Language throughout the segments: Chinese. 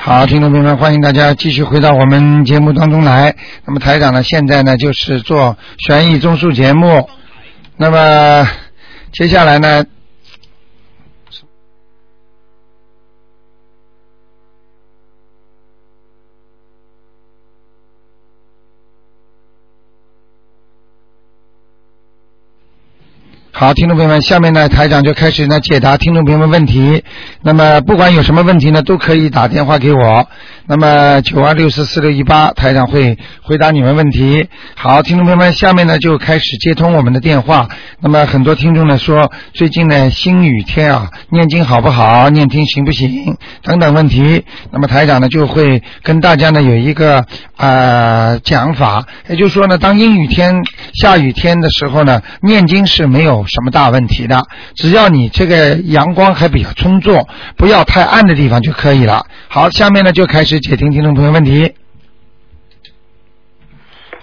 好，听众朋友们，欢迎大家继续回到我们节目当中来。那么台长呢，现在呢就是做悬疑综述节目。那么接下来呢，好，听众朋友们，下面呢，台长就开始呢解答听众朋友们问题。那么不管有什么问题呢，都可以打电话给我。那么九二六四四六一八，台长会回答你们问题。好，听众朋友们，下面呢就开始接通我们的电话。那么很多听众呢说，最近呢心雨天啊，念经好不好？念经行不行？等等问题。那么台长呢就会跟大家呢有一个呃讲法，也就是说呢，当阴雨天、下雨天的时候呢，念经是没有什么大问题的，只要你这个阳光还比较充足，不要太暗的地方就可以了。好，下面呢就开始解听听众朋友问题。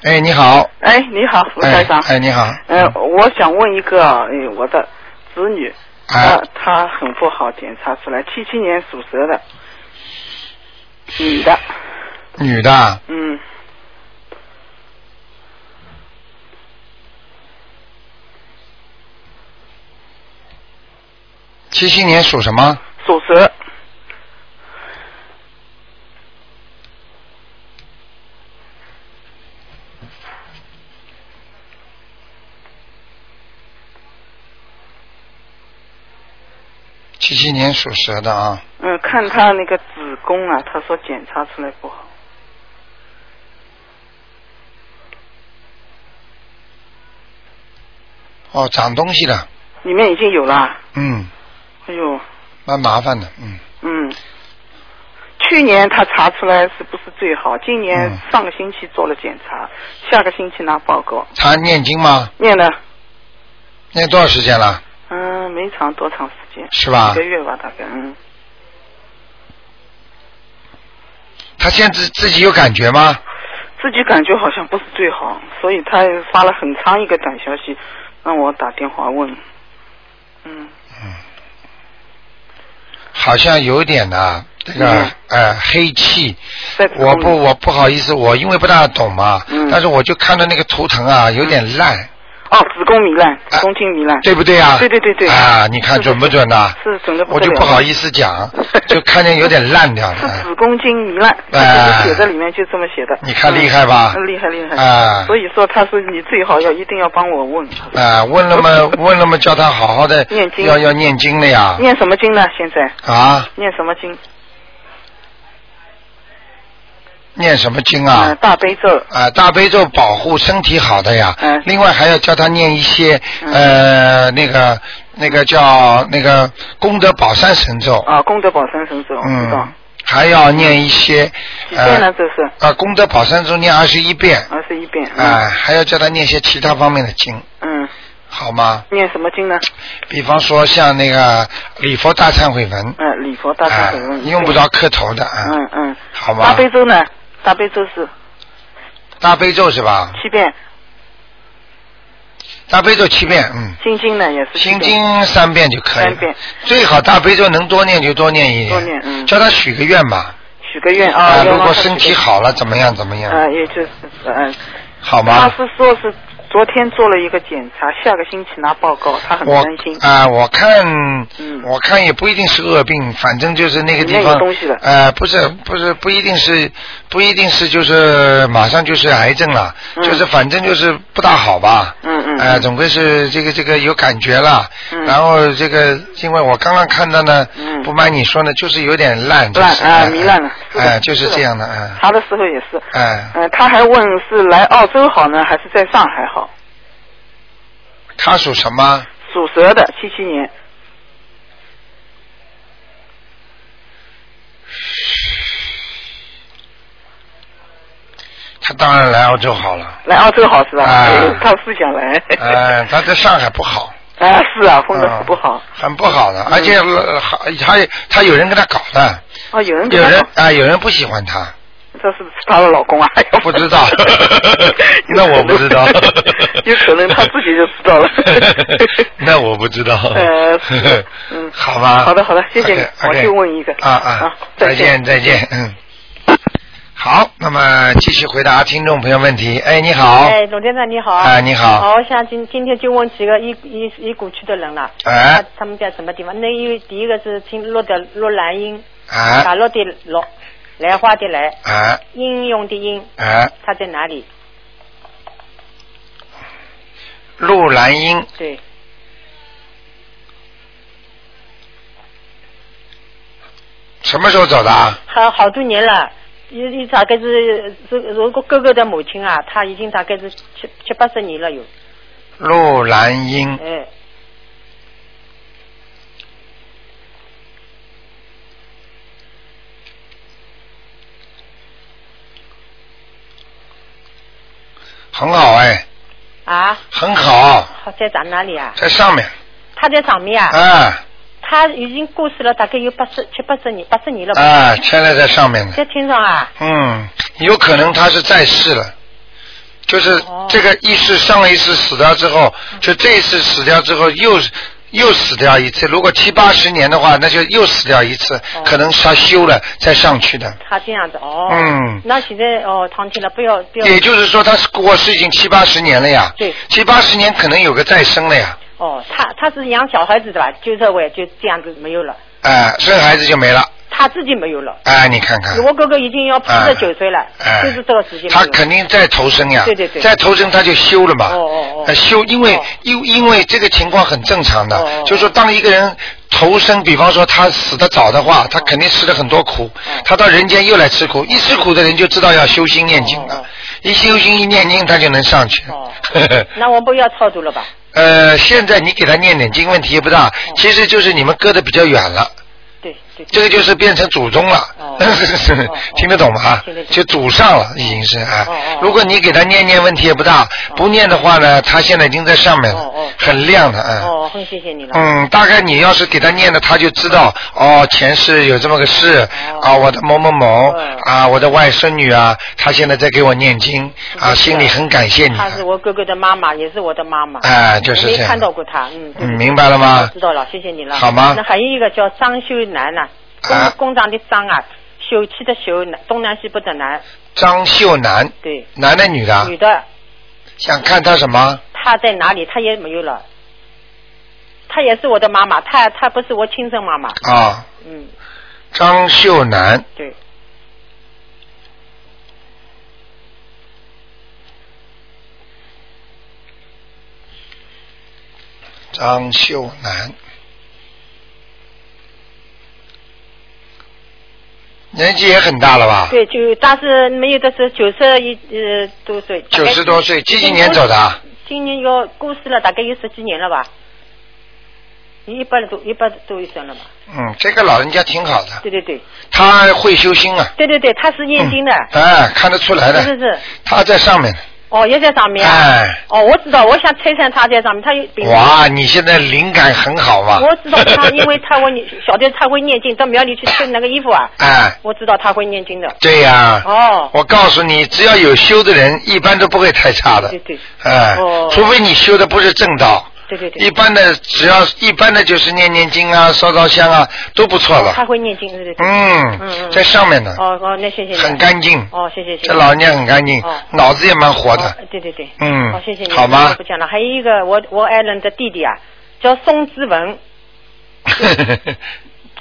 哎，你好，哎，你好，吴哎台长。，哎，你好，呃，我想问一个，呃我的子女，啊她她很不好，检查出来七七年属蛇的，女的，女的，嗯，七七年属什么？属蛇，七七年属蛇的啊，嗯，看她那个子宫啊，她说检查出来不好，哦，长东西了，里面已经有了，嗯，哎呦，蛮麻烦的，嗯，嗯，去年她查出来是不是最好？今年嗯上个星期做了检查，下个星期拿报告，她念经吗？念了，念多少时间了？嗯，没长多长时间，是吧一个？月吧，大概，嗯。她现在自自己有感觉吗？自己感觉好像不是最好，所以他发了很长一个短消息，让我打电话问。嗯，好像有点呐、这个、嗯呃黑气，在子宫我里不我不好意思，我因为不大懂嘛，嗯但是我就看到那个图腾啊，有点烂，哦，子宫糜烂，子宫颈糜烂，啊对不对啊？对对对对啊，你看是准不准呐、是准的我就不好意思 讲，就看见有点烂掉了。是哎子宫颈糜烂，哎这个写在里面就这么写的。你看厉害吧嗯厉害厉害。哎所以说他说你最好要一定要帮我问，啊，问 了嘛，问了嘛，叫他好好的念经要要念经了呀。念什么经呢？现在啊，念什么经？念什么经嗯啊？大悲咒。啊，大悲咒保护身体好的呀。嗯另外还要教他念一些嗯呃那个那个叫那个功德宝山神咒。啊，功德宝山神咒，知道嗯。还要念一些几遍呃呢？这是啊功德宝山咒念二十一遍。二十一遍。嗯啊，还要教他念一些其他方面的经，嗯，好吗？念什么经呢？比方说像那个礼佛大忏悔文。嗯，礼佛大忏啊悔文。，用不着磕头的啊，嗯嗯，好吧？大悲咒呢？大悲咒是大悲咒是吧？七遍，大悲咒七遍，嗯，心经呢也是七心遍经三遍就可以了。三遍，最好大悲咒能多念就多念一点。多念嗯叫他许个愿吧。许个愿啊。如愿望果他身体许个好了，怎么样怎么样？呃，也就是嗯，好他吗？是说是昨天做了一个检查，下个星期拿报告，他很我担心。啊、我看，嗯我看也不一定是恶病，反正就是那个地里面方有东西的，呃，不是不是不一定是不一定是就是马上就是癌症了，嗯就是反正就是不大好吧，嗯嗯呃，嗯总归是这个这个有感觉了，嗯然后这个因为我刚刚看到呢，嗯不瞒你说呢，就是有点烂，就是烂啊，哎糜烂了。是哎、的就是这样的，哎、查的时候也是。哎嗯，他还问是来澳洲好呢，还是在上海好？他属什么？属蛇的，七七年。他当然来澳洲好 了，来澳洲好是吧？啊他是想来。呃，他在上海不好。啊，是啊，混的很不好。嗯很不好的，而且呃还他他有人跟他搞的，哦，有人有跟他人搞啊、有人不喜欢他，这是不是她的老公啊？不 知道那我不知道。有可能她自己就知道了那我不知道，呃，是嗯 好吧好的，好的，谢谢你 OK，OK 我就问一个。啊啊好，再再见再见，嗯。好，那么继续回答听众朋友问题。哎，你好，哎，董先生你好。哎你好好，我想今今天就问几个一一一股区的人了。哎他他们在什么地方？那因为第一个是听落的落兰英，打哎落的落，兰花的兰，哎应用的应，哎，他在哪里？陆兰英，对，什么时候走的啊？好好多年了。一一大概是是如果哥哥的母亲啊，她已经大概是七七八十年了有，陆兰英，哎，很好哎，啊，很好，好在长哪里啊？在上面，她在上面啊，啊她已经过世了，大概有八十七八十年，八十年了吧？啊，现在在上面呢。在天上啊？嗯，有可能他是在世了，就是哦这个意识上一次死掉之后，就这一次死掉之后又又死掉一次。如果七八十年的话，那就又死掉一次，哦可能他修了再上去的。他这样子哦。嗯那现在哦，唐天了，不要不要也就是说，他是过世已经七八十年了呀。对七八十年可能有个再生了呀，哦，他他是养小孩子的吧？就这位就这样子没有了，哎、生孩子就没了，他自己没有了。哎、你看看。我哥哥已经要八十九岁了，哎，就是这个时间没有他了。肯定在投生呀，对对对在投生他就修了嘛，哦哦哦呃修，因为哦因、因为这个情况很正常的，哦哦哦就是说当一个人投生，比方说他死得早的哦话，他肯定吃了很多苦，他到人间又来吃苦，一吃苦的人就知道要修心念经了，哦哦一修心一念经他就能上去。 哦那我不要超度了吧？呃，现在你给他念点经，问题也不大，其实就是你们隔得比较远了。哦对对。对这个就是变成祖宗了， 哦哦听得懂吗啊听得？懂就祖上了，已经是啊哦哦。如果你给他念念，问题也不大；不念的话呢，他现在已经在上面哦了哦，很亮的啊。哦，很谢谢你了。嗯，大概你要是给他念了，他就知道哦，前世有这么个事哦啊，我的某某某嗯啊，我的外孙女啊，她现在在给我念经啊，心里很感谢你啊她。是我哥哥的妈妈，也是我的妈妈。哎就是我没这样看到过她，嗯。对嗯，明白了吗？知道了，谢谢你了。好吗那还有一个叫张秀南呐、啊工工厂的张啊，秀气的秀，南东南西北的南，张秀楠，对，男的女的啊？女的。想看她什么？她在哪里？她也没有了。她也是我的妈妈，她她不是我亲生妈妈。啊，嗯，张秀楠，对，张秀楠，年纪也很大了吧？对，就但是没有的是九十一呃多岁。大九概十多岁，几几年走的啊？今年要过世了，大概有十几年了吧。有一百多，一百多一生了吧？嗯，这个老人家挺好的，对对对，他会修心啊。对对对，她是念经的，嗯哎，看得出来是是的，是，他在上面。哦，也在上面啊。哎哦，我知道，我想拆散她在上面，她有病。哇，你现在灵感很好嘛。我知道她，因为她会晓得她会念经，到庙里去穿那个衣服啊。 哎，我知道他会念经的。对呀。哦，我告诉你，只要有修的人，一般都不会太差的。对对哎，哦除非你修的不是正道。对对一对，般的，只要一般的就是念念经啊、烧烧香啊，都不错哦他了。会念经，对对对。嗯，嗯在上面呢，哦哦，那谢谢你。很干净。哦，谢谢谢谢。这老人家很干净哦，脑子也蛮活哦的。对对对。嗯哦，谢谢你。好吗我不讲了，还有一个我我爱人的弟弟啊，叫宋之文，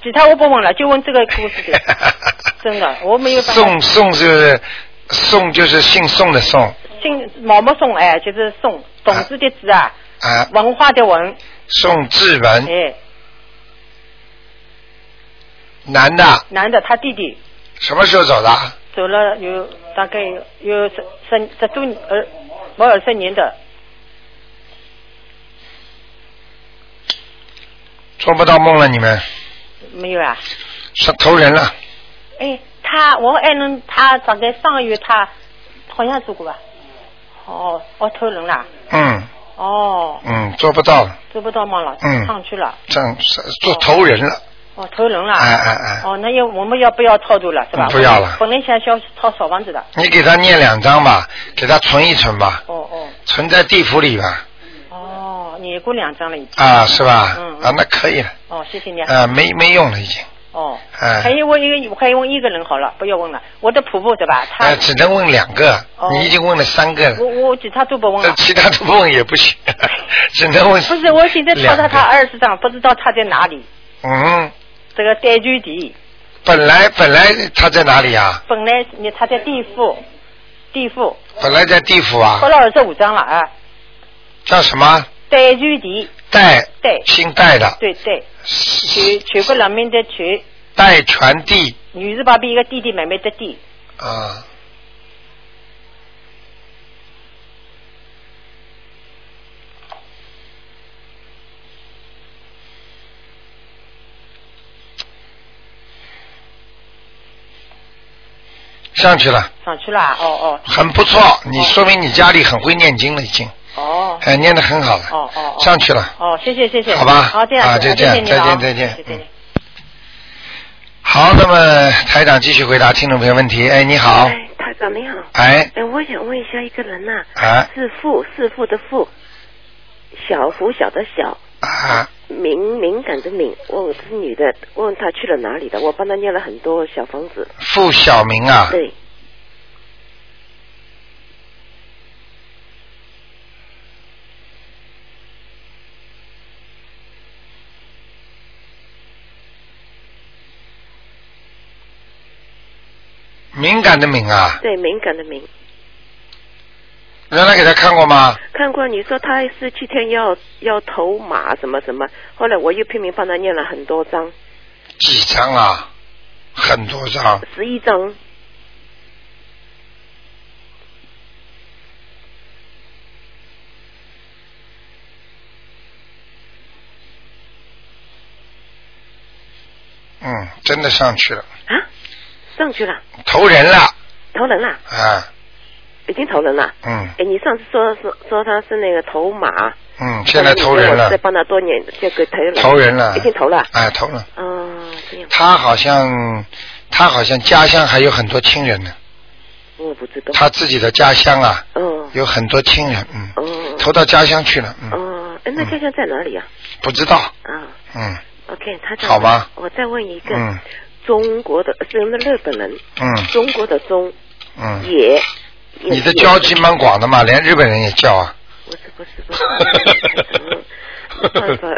其他我不问了，就问这个故事的。真的，我没有办法。宋宋就是宋就是姓宋的宋姓毛毛宋哎，就是宋，董子的子啊，啊，文化的文，宋志文，哎，男的，男的，他弟弟什么时候走的啊？走了有大概有有十十十多年二，没二十年的，做不到梦了，你们没有啊。上投人了。哎，他我爱人他大概上个月他好像做过吧？哦，哦，投人啦，嗯哦，嗯，做不到了，做不到梦了，嗯上去了，上上做投人了。哦，头轮了。哎哎哎哦，那要我们要不要超度了是吧嗯？不要了本来想要抄小房子的。你给他念两张吧，给他存一存吧，哦哦存在地府里吧，哦，你过两张了已经。啊，是吧？嗯嗯啊，那可以了，哦，谢谢你。啊，没没用了已经，哦。哎还有我一个，还有我一个人好了，不要问了。我的婆婆对吧？她哎，只能问两个，哦你已经问了三个了，我我其他都不问这了。其他都不问也不行， 只能问。不是，我现在抄到她两个。二十张，不知道她在哪里。嗯，这个单据地，本来本来他在哪里啊？本来你她在地府，地府本来在地府啊抄，了二十五张了啊。叫什么？单据地，戴，戴姓戴的，对对，全全国人民的全，戴全地女字旁边一个弟弟妹妹的弟，啊。上去了，上去了啊，哦很不错，你说明你家里很会念经了，已经，哦哦哎，念得很好了，哦哦哦上去了。哦，谢谢谢谢，好吧好这样子，啊就这样谢谢你了啊再见再见谢谢你嗯好，那么台长继续回答听众朋友问题。哎，你好，哎，台长你好。哎，哎，我想问一下一个人呐、哎啊是富，是富的富，小拂小的小，啊，敏敏感的敏。我是女的，问她去了哪里的，我帮她念了很多小房子。付小明啊，对，敏感的敏啊，对，敏感的敏。原来给他看过吗？看过你说她是七天要要投马什么什么，后来我又拼命帮她念了很多张，几张啊？很多张，十一张。嗯，真的上去了，啊，上去了，投人了投人了，啊，已经投人了。嗯哎，你上次说说说她是那个投马，嗯，现在后投人来你说我了再，帮她多念，这个投人了投人了已，经投了。哎，投了。哦，这样，他好像，他好像家乡还有很多亲人呢，我不知道。他自己的家乡啊，哦有很多亲人，嗯，哦投到家乡去了，嗯，哦，哎那家乡在哪里呀？不知道，啊嗯，OK，他好吧。我再问一个，嗯中国的是那日本人，嗯中国的中嗯，野。野你的交际野蛮广的嘛，连日本人也叫啊，不是不是不是，嗯没办 法，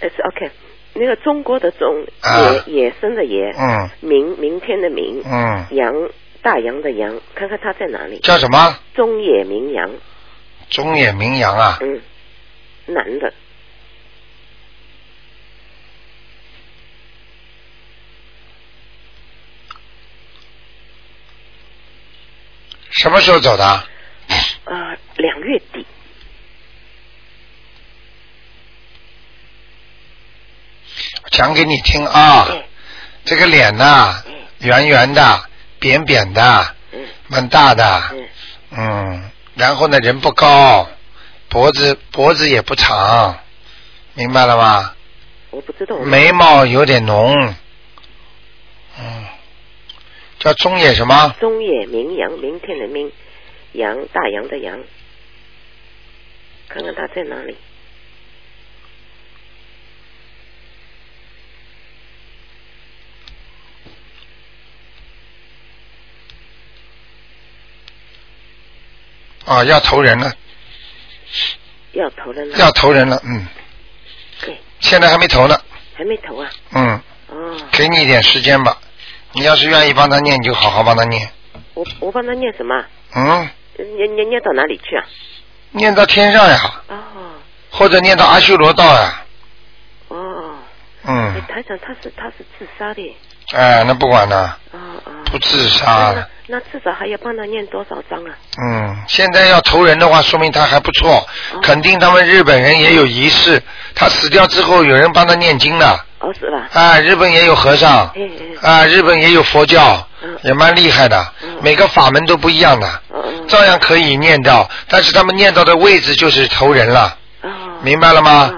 呃是 OK。那个中国的中啊，野野生的野，嗯明明天的明，嗯，洋大洋的洋，看看他在哪里？叫什么？中野明洋，中野名扬啊，嗯，男的，什么时候走的啊？呃，两月底，讲给你听啊，这个脸呐、圆圆的，扁扁的，嗯蛮大的，嗯嗯，然后呢，人不高，脖子脖子也不长，明白了吗？我不知道，眉毛有点浓，嗯，叫中野什么？中野明阳，明天的明，阳大洋的洋，看看他在哪里。啊，要投人了，要投了呢？要投人了，嗯，对，现在还没投呢，还没投啊。嗯，哦，给你一点时间吧，你要是愿意帮他念，你就好好帮他念，我我帮他念什么？嗯，念念念到哪里去啊？念到天上呀，哦或者念到阿修罗道呀，哦，哎嗯，台长他是他是自杀的，哎，那不管了，哦哦。不自杀那那至少还要帮他念多少章啊？嗯，现在要投人的话，说明他还不错，哦肯定他们日本人也有仪式，他死掉之后有人帮他念经的，哦，是吧？啊，日本也有和尚，哎哎，啊，日本也有佛教嗯，也蛮厉害的，每个法门都不一样的，哦哦照样可以念到，但是他们念到的位置就是投人了，哦。明白了吗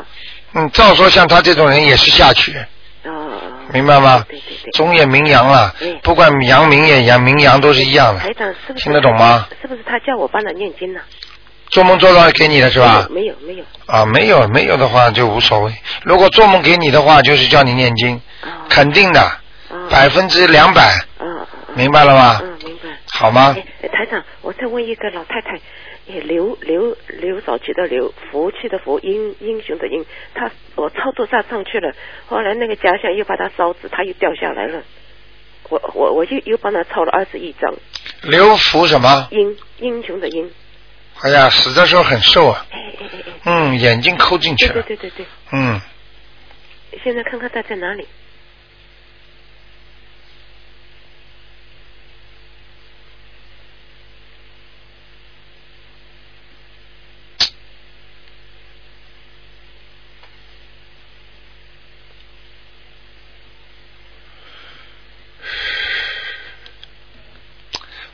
嗯？嗯，照说像他这种人也是下去，哦，明白吗？对对嗯对。中也名扬了对，不管阳明也阳明阳都是一样台的。长是不是听得懂吗？是不是他叫我帮他念经呢？啊做梦做到给你的是吧？没有没有。哦啊，没有没有的话就无所谓。如果做梦给你的话，就是叫你念经，啊肯定的，啊百分之两百，啊啊！明白了吗？嗯，明白。好吗？哎，哎台长，我再问一个老太太，哎，刘刘刘少奇的刘，福气的福，英英雄的英，她我操作上上去了，后来那个假象又把她烧死，她又掉下来了。我我我就又帮她抄了二十一张，刘福什么？英英雄的英，哎呀，死的时候很瘦啊，哎哎哎哎，嗯，眼睛抠进去对了对，对对对，嗯，现在看看她在哪里？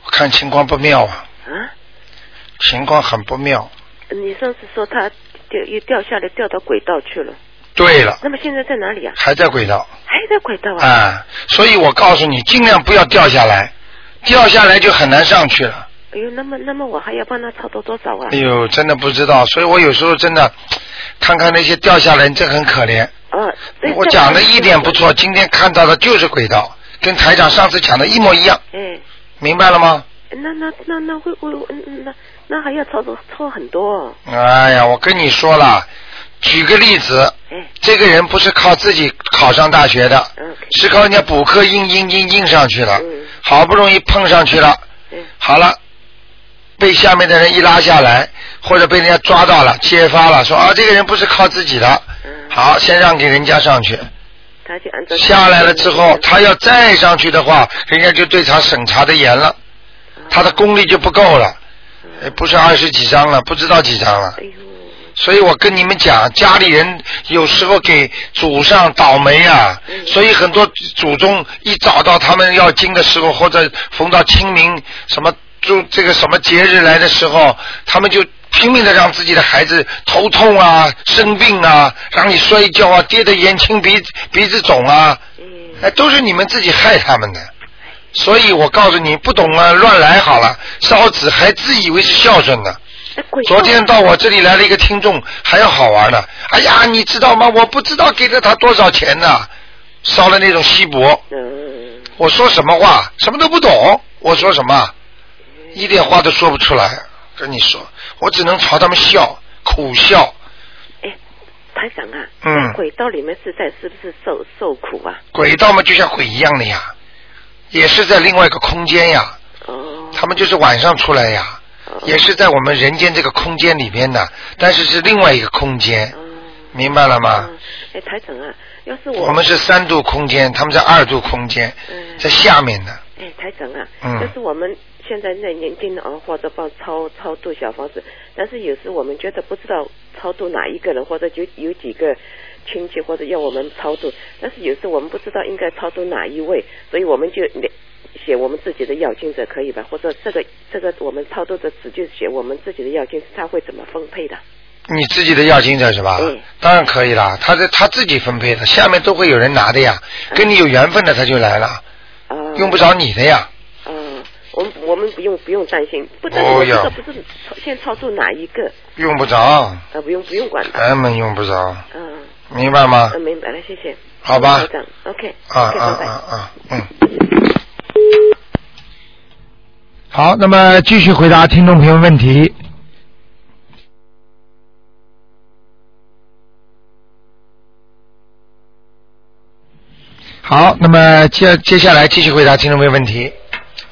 我看情况不妙啊，啊？情况很不妙。你上次说她掉又掉下来，掉到轨道去了，对了，那么现在在哪里啊？还在轨道还在轨道啊？啊，所以我告诉你，尽量不要掉下来，掉下来就很难上去了。哎呦，那么那么我还要帮她操作多少啊哎？呦，真的不知道，所以我有时候真的看看那些掉下来人，真很可怜。啊，对我讲的一点不。再帮她错，今天看到的就是轨道，跟台长上次讲的一模一样，哎，明白了吗？那那那那会会嗯嗯那那还要操作操很多、哦，哎呀，我跟你说了，举个例子，哎这个人不是靠自己考上大学的，嗯，OK，是靠人家补课硬硬硬硬上去了，嗯好不容易碰上去了，嗯好了，被下面的人一拉下来，或者被人家抓到了、揭发了，说啊这个人不是靠自己的，嗯，好，先让给人家上去，他就按照下来了之后，他要再上去的话，人家就对他审查的严了，嗯他的功力就不够了，呃不是二十几张了，不知道几张了。哎呦，所以我跟你们讲，家里人有时候给祖上倒霉啊，嗯所以很多祖宗一找到他们要经的时候，或者逢到清明什么就这个什么节日来的时候，他们就拼命的让自己的孩子头痛啊、生病啊，让你摔跤啊、跌得眼青鼻鼻子肿啊，嗯，哎，都是你们自己害他们的。所以我告诉你，不懂啊，乱来好了，烧纸还自以为是孝顺呢。哎鬼昨天到我这里来了一个听众，还要好玩呢。哎呀，你知道吗？我不知道给了他多少钱呢、烧了那种锡箔。嗯，我说什么话？什么都不懂。我说什么？一点话都说不出来。跟你说，我只能朝他们笑，苦笑。哎，台长啊，嗯轨道里面是在是不是受受苦啊？轨道嘛，就像鬼一样的呀，也是在另外一个空间呀。哦，他们就是晚上出来呀，哦也是在我们人间这个空间里边的，但是是另外一个空间，哦，明白了吗？嗯哎，台长啊，要是我我们是三度空间，他们在二度空间，嗯在下面的。哎，台长啊，嗯就是我们现在在念经啊，或者帮超超度小房子，但是有时我们觉得不知道超度哪一个人，或者就有几个亲戚或者要我们超度，但是有时我们不知道应该超度哪一位，所以我们就写我们自己的要经者可以吧？或者这个这个我们超度的纸就写我们自己的要经，他会怎么分配的？你自己的要经者是吧？嗯当然可以啦，他是他自己分配的，下面都会有人拿的呀，嗯跟你有缘分的他就来了，啊、用不着你的呀。啊、我们我们不用不用担心，不担心，不我知道要不是先超度哪一个，用不着，啊，不用不用管的，根本用不着，嗯、明白吗嗯，？明白了，谢谢。好吧台长，OK，啊 OK，啊拜拜啊啊，嗯。好，那么继续回答听众朋友问题。好，那么接接下来继续回答听众朋友问题。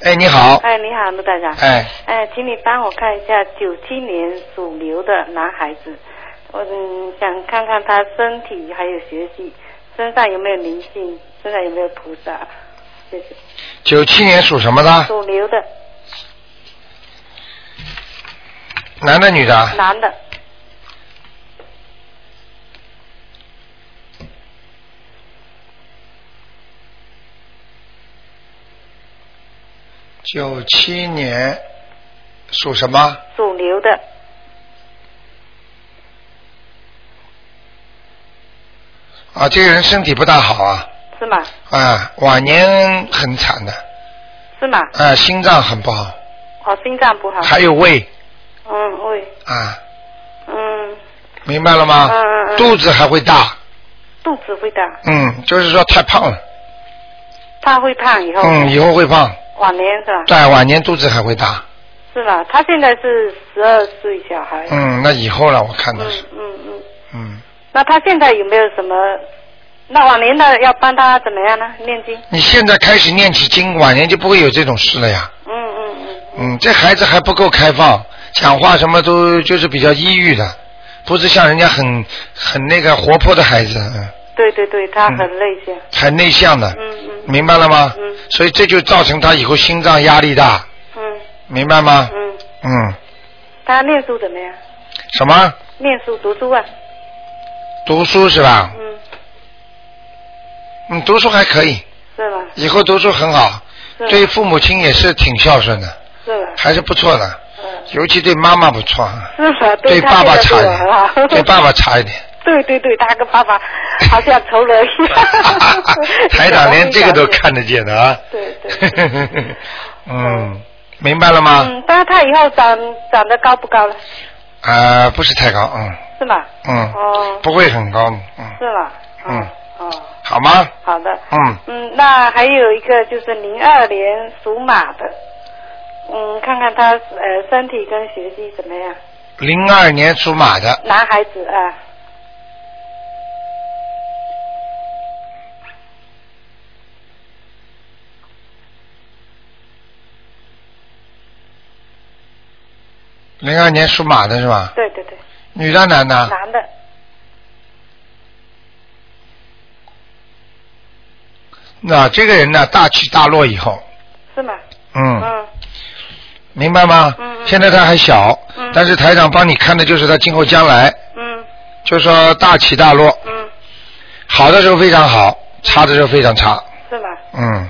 哎，你好，哎，你好，卢台长。哎，哎，请你帮我看一下九七年属牛的男孩子，我嗯想看看他身体还有学习，身上有没有灵性，身上有没有菩萨？谢谢。九七年属什么的？属牛的男的女的？男的，九七年属什么？属牛的，啊，这个人身体不大好啊，是吗？啊，晚年很惨的，是吗？啊，心脏很不好，哦，心脏不好。还有胃嗯，喂，啊，嗯，明白了吗嗯嗯？嗯肚子还会大，肚子会大，嗯，就是说太胖了，他会胖以后，嗯，以后会胖，晚年是吧？在晚年肚子还会大，是吧？他现在是十二岁小孩。嗯，那以后了，我看到嗯是，嗯嗯。嗯，那他现在有没有什么？那往年的要帮他怎么样呢？念经。你现在开始念起经，晚年就不会有这种事了呀。嗯嗯嗯。嗯，这孩子还不够开放，讲话什么都就是比较抑郁的，不是像人家很很那个活泼的孩子，嗯，对对对，他嗯很内向。很内向的，嗯嗯明白了吗？嗯所以这就造成他以后心脏压力大，嗯明白吗？嗯。嗯，他念书怎么样？什么念书读书啊？读书是吧？嗯，嗯，读书还可以，是吧？以后读书很好，是吧对父母亲也是挺孝顺的，是吧？还是不错的，嗯，尤其对妈妈不错啊，是吧？对他爸爸这差个一对我很好点， 对爸爸差一点。。对对对，他跟爸爸好像仇人一样 台长连这个都看得见的啊。对对对 嗯，明白了吗？嗯，但是他以后长长得高不高了？啊，不是太高，嗯是吗？嗯，哦，不会很高，嗯，是吗？嗯哦，哦，好吗？好的。嗯，嗯，那还有一个就是零二年属马的，嗯，看看他呃身体跟学习怎么样？零二年属马的，男孩子啊，零二年属马的是吧？对对对，女的男的？男的，那这个人呢，大起大落以后，是吗？嗯，嗯明白吗嗯？嗯现在他还小嗯，但是台长帮你看的就是他今后将来，嗯就说大起大落，嗯，好的时候非常好，差的时候非常差，是吗？嗯，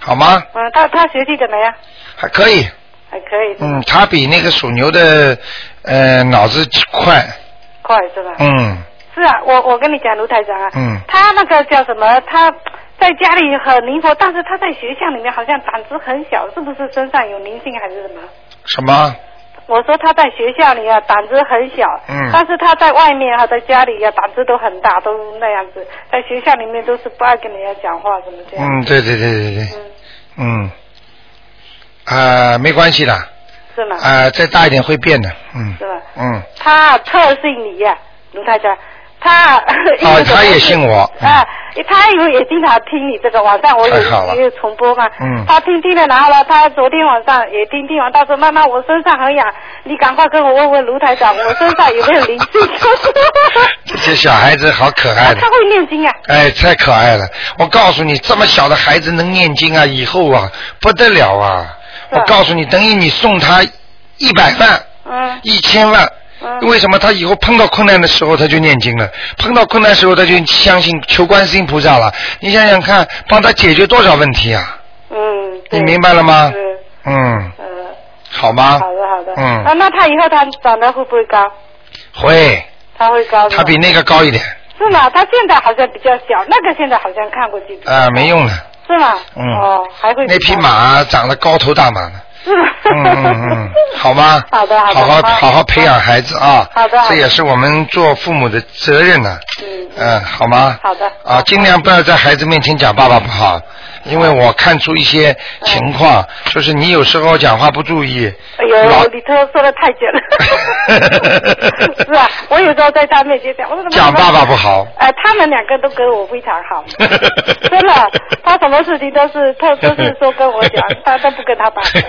好吗？嗯，他他学习怎么样？还可以，还可以，嗯，他比那个属牛的，呃，脑子快，快是吧？嗯是啊，我我跟你讲，卢台长啊，嗯他那个叫什么？他在家里很灵活，但是他在学校里面好像胆子很小，是不是身上有灵性还是什么？什么？我说他在学校里啊，胆子很小，嗯但是他在外面啊，在家里啊，胆子都很大，都那样子，在学校里面都是不爱跟人家讲话，怎么这样？嗯，对对对对对，嗯，嗯，啊、没关系的，啊、是吗？再大一点会变的，嗯是吧？嗯，他特信你呀、卢台长，他 因为哦什么他也事信我嗯啊，他以后也经常听你这个，晚上我太好了有也有重播嘛，嗯他听听了，然后呢，他昨天晚上也听听完，他说妈妈我身上很痒，你赶快跟我问问卢台长，我身上有没有灵 性？这些小孩子好可爱的他，会念经啊，哎，太可爱了！我告诉你，这么小的孩子能念经啊，以后啊不得了啊！是我啊告诉你，等于你送他一百万，啊嗯一千万。嗯，为什么他以后碰到困难的时候他就念经了？碰到困难的时候他就相信求观世音菩萨了。你想想看，帮他解决多少问题啊？嗯，你对明白了吗？是，嗯，呃，好吗？好的好的，嗯啊，那他以后他长得会不会高？会，他会高的吗，他比那个高一点是吗？他现在好像比较小，那个现在好像看过去啊、没用的。是吗？嗯哦，嗯还会那匹马长得高头大马呢。是吗？嗯嗯 嗯，好吗？好的好的好好好好好培养孩子啊。好的好的这也是我们做父母的责任呢、嗯嗯嗯，好吗？好的啊，尽量不要在孩子面前讲爸爸不好，因为我看出一些情况，就是你有时候讲话不 注意，哎老，呦，你头说的太绝了是啊，我有时候在他面前讲，我说讲爸爸不好。哎、他们两个都跟我非常 好，啊 真的，他什么事情都是，他都是说跟我讲， 他都不跟他爸讲。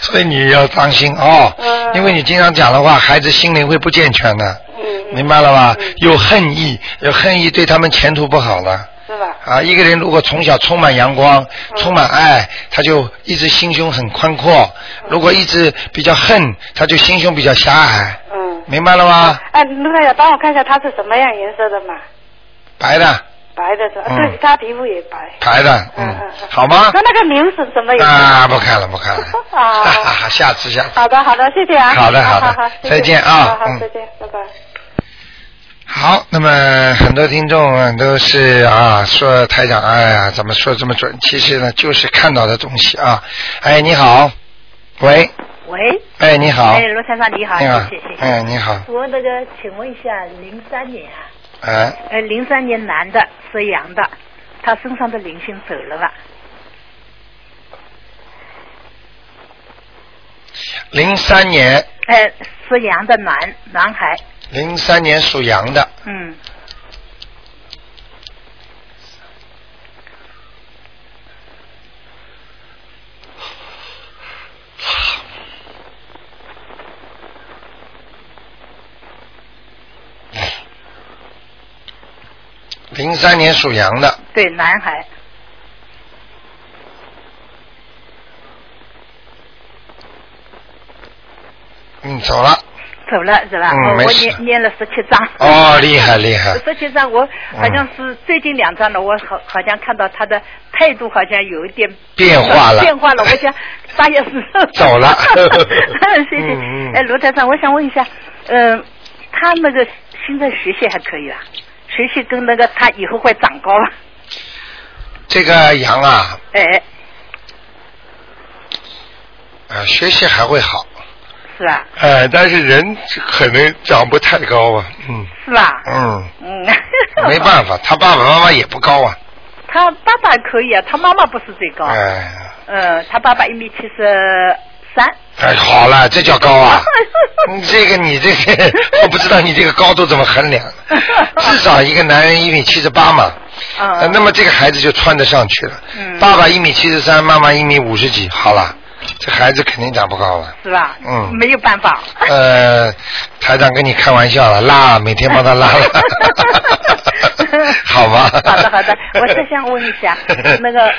所以你要当心哦，嗯因为你经常讲的话，孩子心灵会不健全的，嗯，嗯明白了吧？有恨意，有恨意对他们前途不好了。是吧？嗯啊，一个人如果从小充满阳光、充满爱，他就一直心胸很宽阔；如果一直比较恨，他就心胸比较狭隘。嗯。明白了吗？哎，卢太太，帮我看一下他是什么样颜色的嘛？白的，白的是吧，嗯对，他皮肤也白。白的，嗯嗯嗯嗯，好吗那？那个牛是什么颜色？啊，不看了，不 看了，啊哈哈哈，下次下次。好的，好的，谢谢啊。好的好好的好，谢谢再见啊好好嗯，再见，拜拜。好，那么很多听众啊都是啊说台长，哎呀，怎么说这么准？其实呢，就是看到的东西啊。哎，你好，喂，喂，哎，你好，哎，罗先生你好，你好谢谢谢，谢。哎，你好，我那个，请问一下，零三年啊，哎，呃，零三年男的，属羊的，他身上的灵性走了吧？零三年，哎，属羊的男男孩，零三年属羊的，嗯，零三年属羊的，对，男孩，嗯，走了。走了是吧？哦嗯我没我事念念了十七章。哦，厉害厉害，嗯实际上，我好像是最近两张了，我好好像看到他的态度好像有一点变化了变化了。我 想八月十号走了 谢谢嗯嗯。哎，罗台长，我想问一下，嗯、他那个现在学习还可以吧？学习跟那个他以后会长高吧？这个羊啊，哎，呃，学习还会好，是啊吧？哎，但是人可能长不太高吧，嗯是吧？嗯，嗯，没法。办法，他爸爸妈妈也不高啊， 他爸爸可以啊，他妈妈不是最高。哎，呃，他爸爸一米七十三。哎，好了，这叫 高啊！你这个你这个， 我不知道你这个高度怎么 衡量，至少一个男人一米七十八嘛、呃嗯。那么这个孩子就穿得上去了。嗯爸爸一米七十三，妈妈一米五十几，好了，这孩子肯定长不高了。是吧？嗯 没有办法。呃，台长跟你开玩笑了，拉，每天帮 他拉了，好吧？好的好的，我只想问一下 那个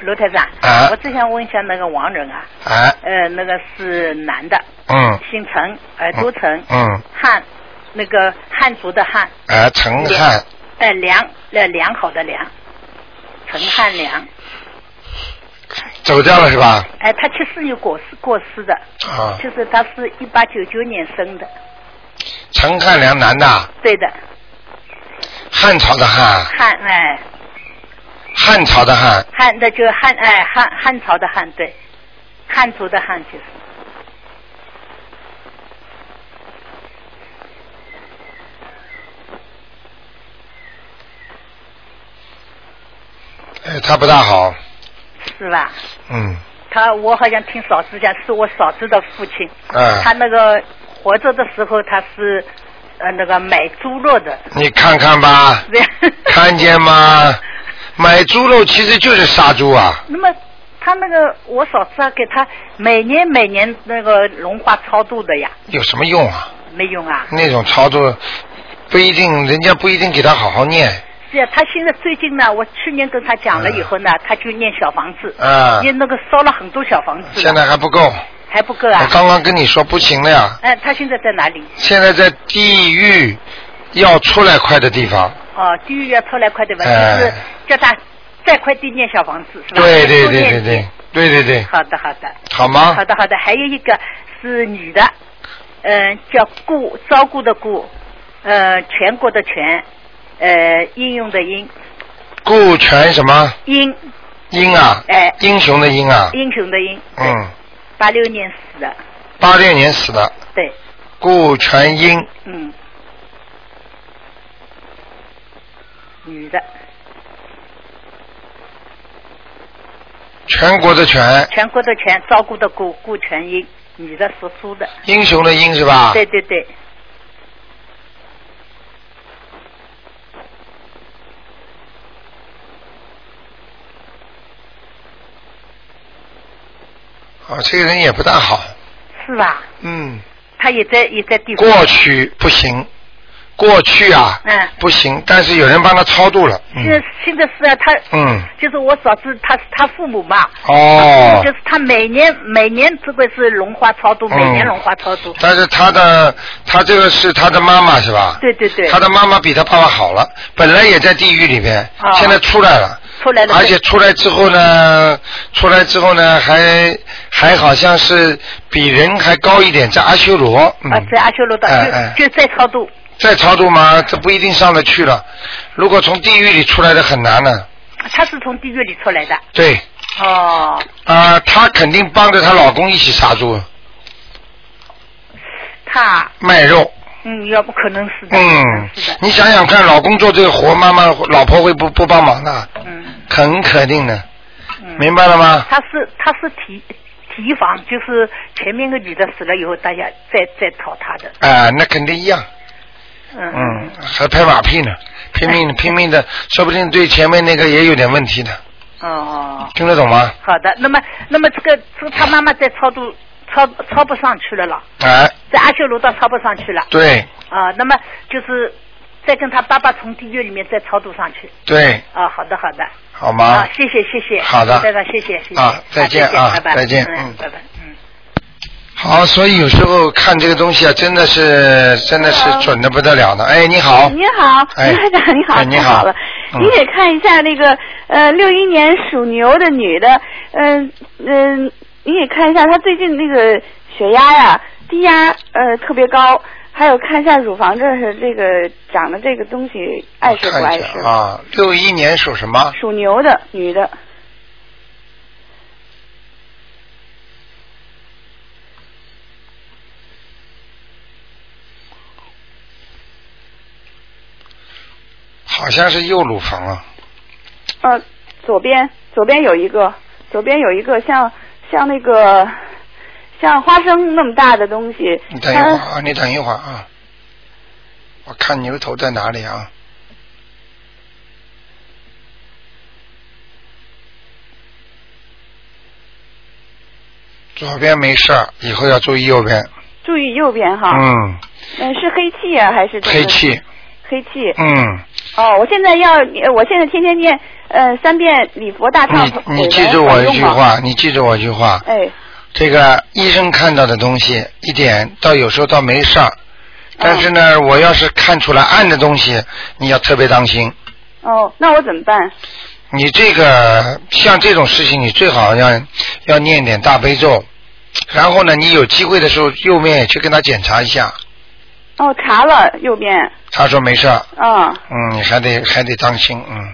罗台长，啊我只想问一下那个王人啊，啊，呃，那个是男的，嗯姓陈，耳朵陈，嗯，汉，那个汉族的汉，啊，陈汉，呃，良，呃，良好的良，陈汉良，走掉了是吧？哎、他七四年过世过世的，啊，就是他是一八九九年生的，陈汉良男的啊。对的，汉朝的汉，汉，哎，汉朝的汉，汉，那就汉，哎，汉汉朝的汉，对，汉族的汉就是。呃，他不大好，是吧？嗯，他我好像听嫂子讲，是我嫂子的父亲。啊他那个活着的时候，他是呃那个买猪肉的，你看 看吧，对。看见吗？买猪肉其实就是杀猪啊，那么他那个我嫂子啊，给他每年每年那个融化超度的呀，有什么用啊？没用啊。那种操作不一定，人家不一定给他好好念是啊，他现在最近呢，我去年跟他讲了以后呢，他就念小房子，嗯啊。念那个烧了很多小房子现了，在还不够，还不够我啊。刚刚跟你说不行了呀，哎，他现在在哪里？现在在地狱要出来快的地方，哦，地狱要出来快点吧，哎就是叫他再快地念小房子，是吧？对对多对念对点对。对对对，好的，好的，好吗好？的，好的。还有一个是女的，嗯、叫顾照顾的顾，呃，全国的全，呃，应用的应，顾全什么英英啊？哎英雄的英啊？英雄的英，嗯，八六年死的，八六年死的对，顾全英，嗯，女的，全国的全，全国的全，照顾的顾，顾全英，女的属猪的，英雄的英是吧？对对对，啊，这个人也不大好，是吧？嗯，她也在也在地府。过去不行，过去啊，嗯不行，但是有人帮他超度了，现在嗯，现在是啊，他嗯，就是我嫂子，她他父母嘛，哦就，是他每年每年这个是龙花超度，每年龙花超度，嗯但是他的他这个是他的妈妈是吧？对对对，他的妈妈比他爸爸好了，本来也在地狱里边，哦现在出来了。出来了，而且出来之后呢，出来之后呢，还还好像是比人还高一点，在阿修罗。嗯、啊，在阿修罗道哎哎就就在超度，再超度嘛，这不一定上得去了。如果从地狱里出来的很难呢、她是从地狱里出来的。对，哦，啊、她肯定帮着她老公一起杀猪她卖肉。嗯，要不可能是的，嗯是的，，你想想看，老公做这个活，妈妈老婆会不不帮忙的？嗯很肯定的，嗯。明白了吗？她是她是提提防，就是前面个女的死了以后，大家再再讨她的，啊、那肯定一样。嗯嗯，还拍马屁呢，拼命拼命的，说不定对前面那个也有点问题的，哦，听得懂吗？好的，那么那么这个这个她妈妈在超度超超不上去了了，哎，在阿修罗道超不上去了对啊、那么就是再跟她爸爸从地狱里面再超度上去对，啊、好的好的，好啊吗？，谢谢谢谢，好的先生谢谢谢谢，啊再见啊拜拜再见嗯嗯，拜拜，嗯。好，所以有时候看这个东西啊，真的是真的是准的不得了的。哎，你好，你好，哎卢台长，你好，哎你太好了，嗯你给看一下那个呃，六一年属牛的女的，嗯、嗯、你给看一下她最近那个血压呀、低压呃特别高，还有看一下乳房这儿是这个长的这个东西碍事不看碍一事下？啊，六一年属什么？属牛的女的，好像是右乳房啊。呃，左边左边有一个，左边有一个像像那个像花生那么大的东西，你等一会儿啊，你等一会儿啊，我看牛头在哪里啊？左边没事儿，以后要注意右边。注意右边哈，嗯，嗯，是黑气啊，还是这个黑？气。黑气。嗯，哦，我现在要，呃我现在天天念呃三遍礼佛大忏悔你你记住我一句。话，你记住我一句话，哎，这个医生看到的东西一点，到有时候倒没事儿，但是呢，我要是看出来暗的东西，你要特别当心。哦，那我怎么办？你这个像这种事情，你最好要要念点大悲咒，然后呢，你有机会的时候右面也去跟他检查一下。哦，查了右边，他说没事儿，啊、嗯，你还得还得当心，嗯，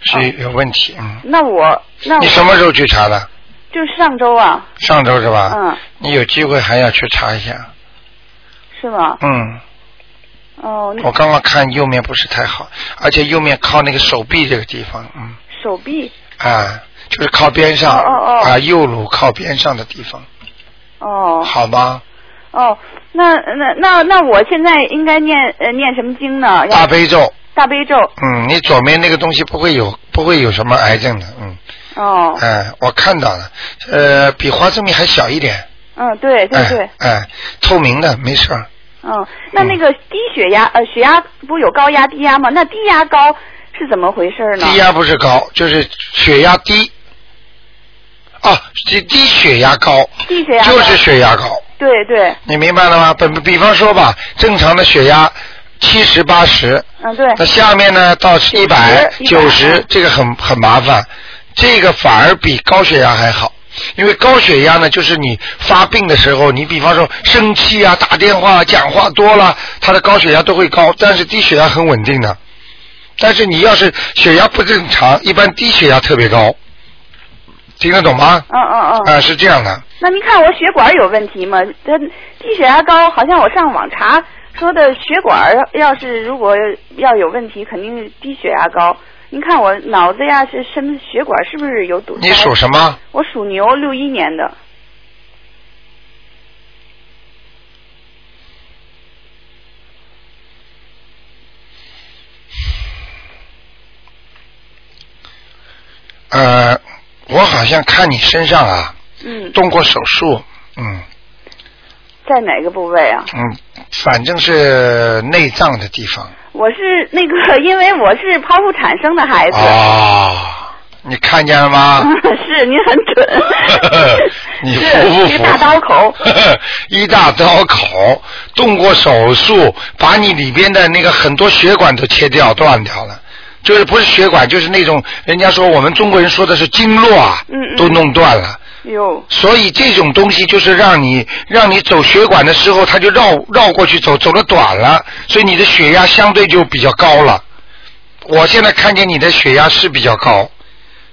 是有问题，嗯。那我那你我什么时候去查的？就是上周啊，上周是吧？嗯，你有机会还要去查一下。是吗？嗯，哦，我那刚刚看右面不是太好，而且右面靠那个手臂这个地方，嗯，手臂，啊，就是靠边上，哦哦哦啊，右乳靠边上的地方，哦好吗？哦，那那那那我现在应该念呃念什么经呢？大要悲咒，大悲咒。嗯，你左面那个东西不会有不会有什么癌症的，嗯，哦，哎、我看到了，呃，比花生米还小一点，嗯，对对哎、对，哎、透明的，没事儿，嗯，那那个低血压，呃，血压不是有高压、低压吗？那低压高是怎么回事呢？低压不是高，就是血压低，哦，低低血压高，低血压高就是血压高，对对，你明白了吗？本比方说吧，正常的血压七十八十，嗯对，那下面呢到一百九100十，这个很很麻烦，这个反而比高血压还好。因为高血压呢，就是你发病的时候，你比方说生气啊、打电话、讲话多了，他的高血压都会高，但是低血压很稳定的。但是你要是血压不正常，一般低血压特别高，听得懂吗？嗯嗯啊、嗯。是这样的，那您看我血管有问题吗？它低血压高，好像我上网查说的血管要是如果要有问题，肯定是低血压高。您看我脑子呀是什么血管是不是有堵塞？你属什么？我属牛，六一年的。呃，我好像看你身上啊嗯，动过手术，嗯。在哪个部位啊？嗯，反正是内脏的地方。我是那个，因为我是剖腹产生的孩子。哦，你看见了吗？。是，您很准你是服不一服？个大刀口。 一大刀口，动过手术，把你里边的那个很多血管都切掉、断掉了。就是不是血管，就是那种人家说我们中国人说的是经络啊，嗯嗯都弄断了。哟，所以这种东西就是让你让你走血管的时候，它就绕绕过去走，走的短了，所以你的血压相对就比较高了。我现在看见你的血压是比较高，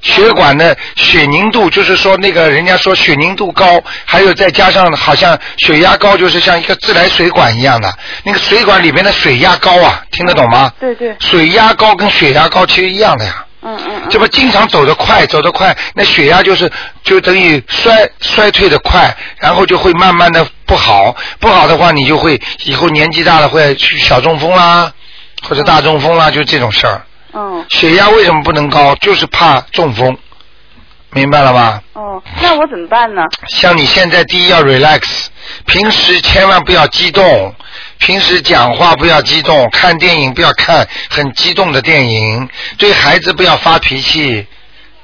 血管的血凝度就是说那个人家说血凝度高，还有再加上好像血压高，就是像一个自来水管一样的，那个水管里面的水压高啊，听得懂吗？嗯对对，水压高跟血压高其实一样的呀。嗯嗯这不经常走得快，走得快，那血压就是就等于衰衰退的快，然后就会慢慢的不好，不好的话你就会以后年纪大了会去小中风啦，或者大中风啦，就这种事儿。嗯，血压为什么不能高？就是怕中风，明白了吧？哦，那我怎么办呢？像你现在第一要 relax，平时千万不要激动，平时讲话不要激动，看电影不要看很激动的电影，对孩子不要发脾气，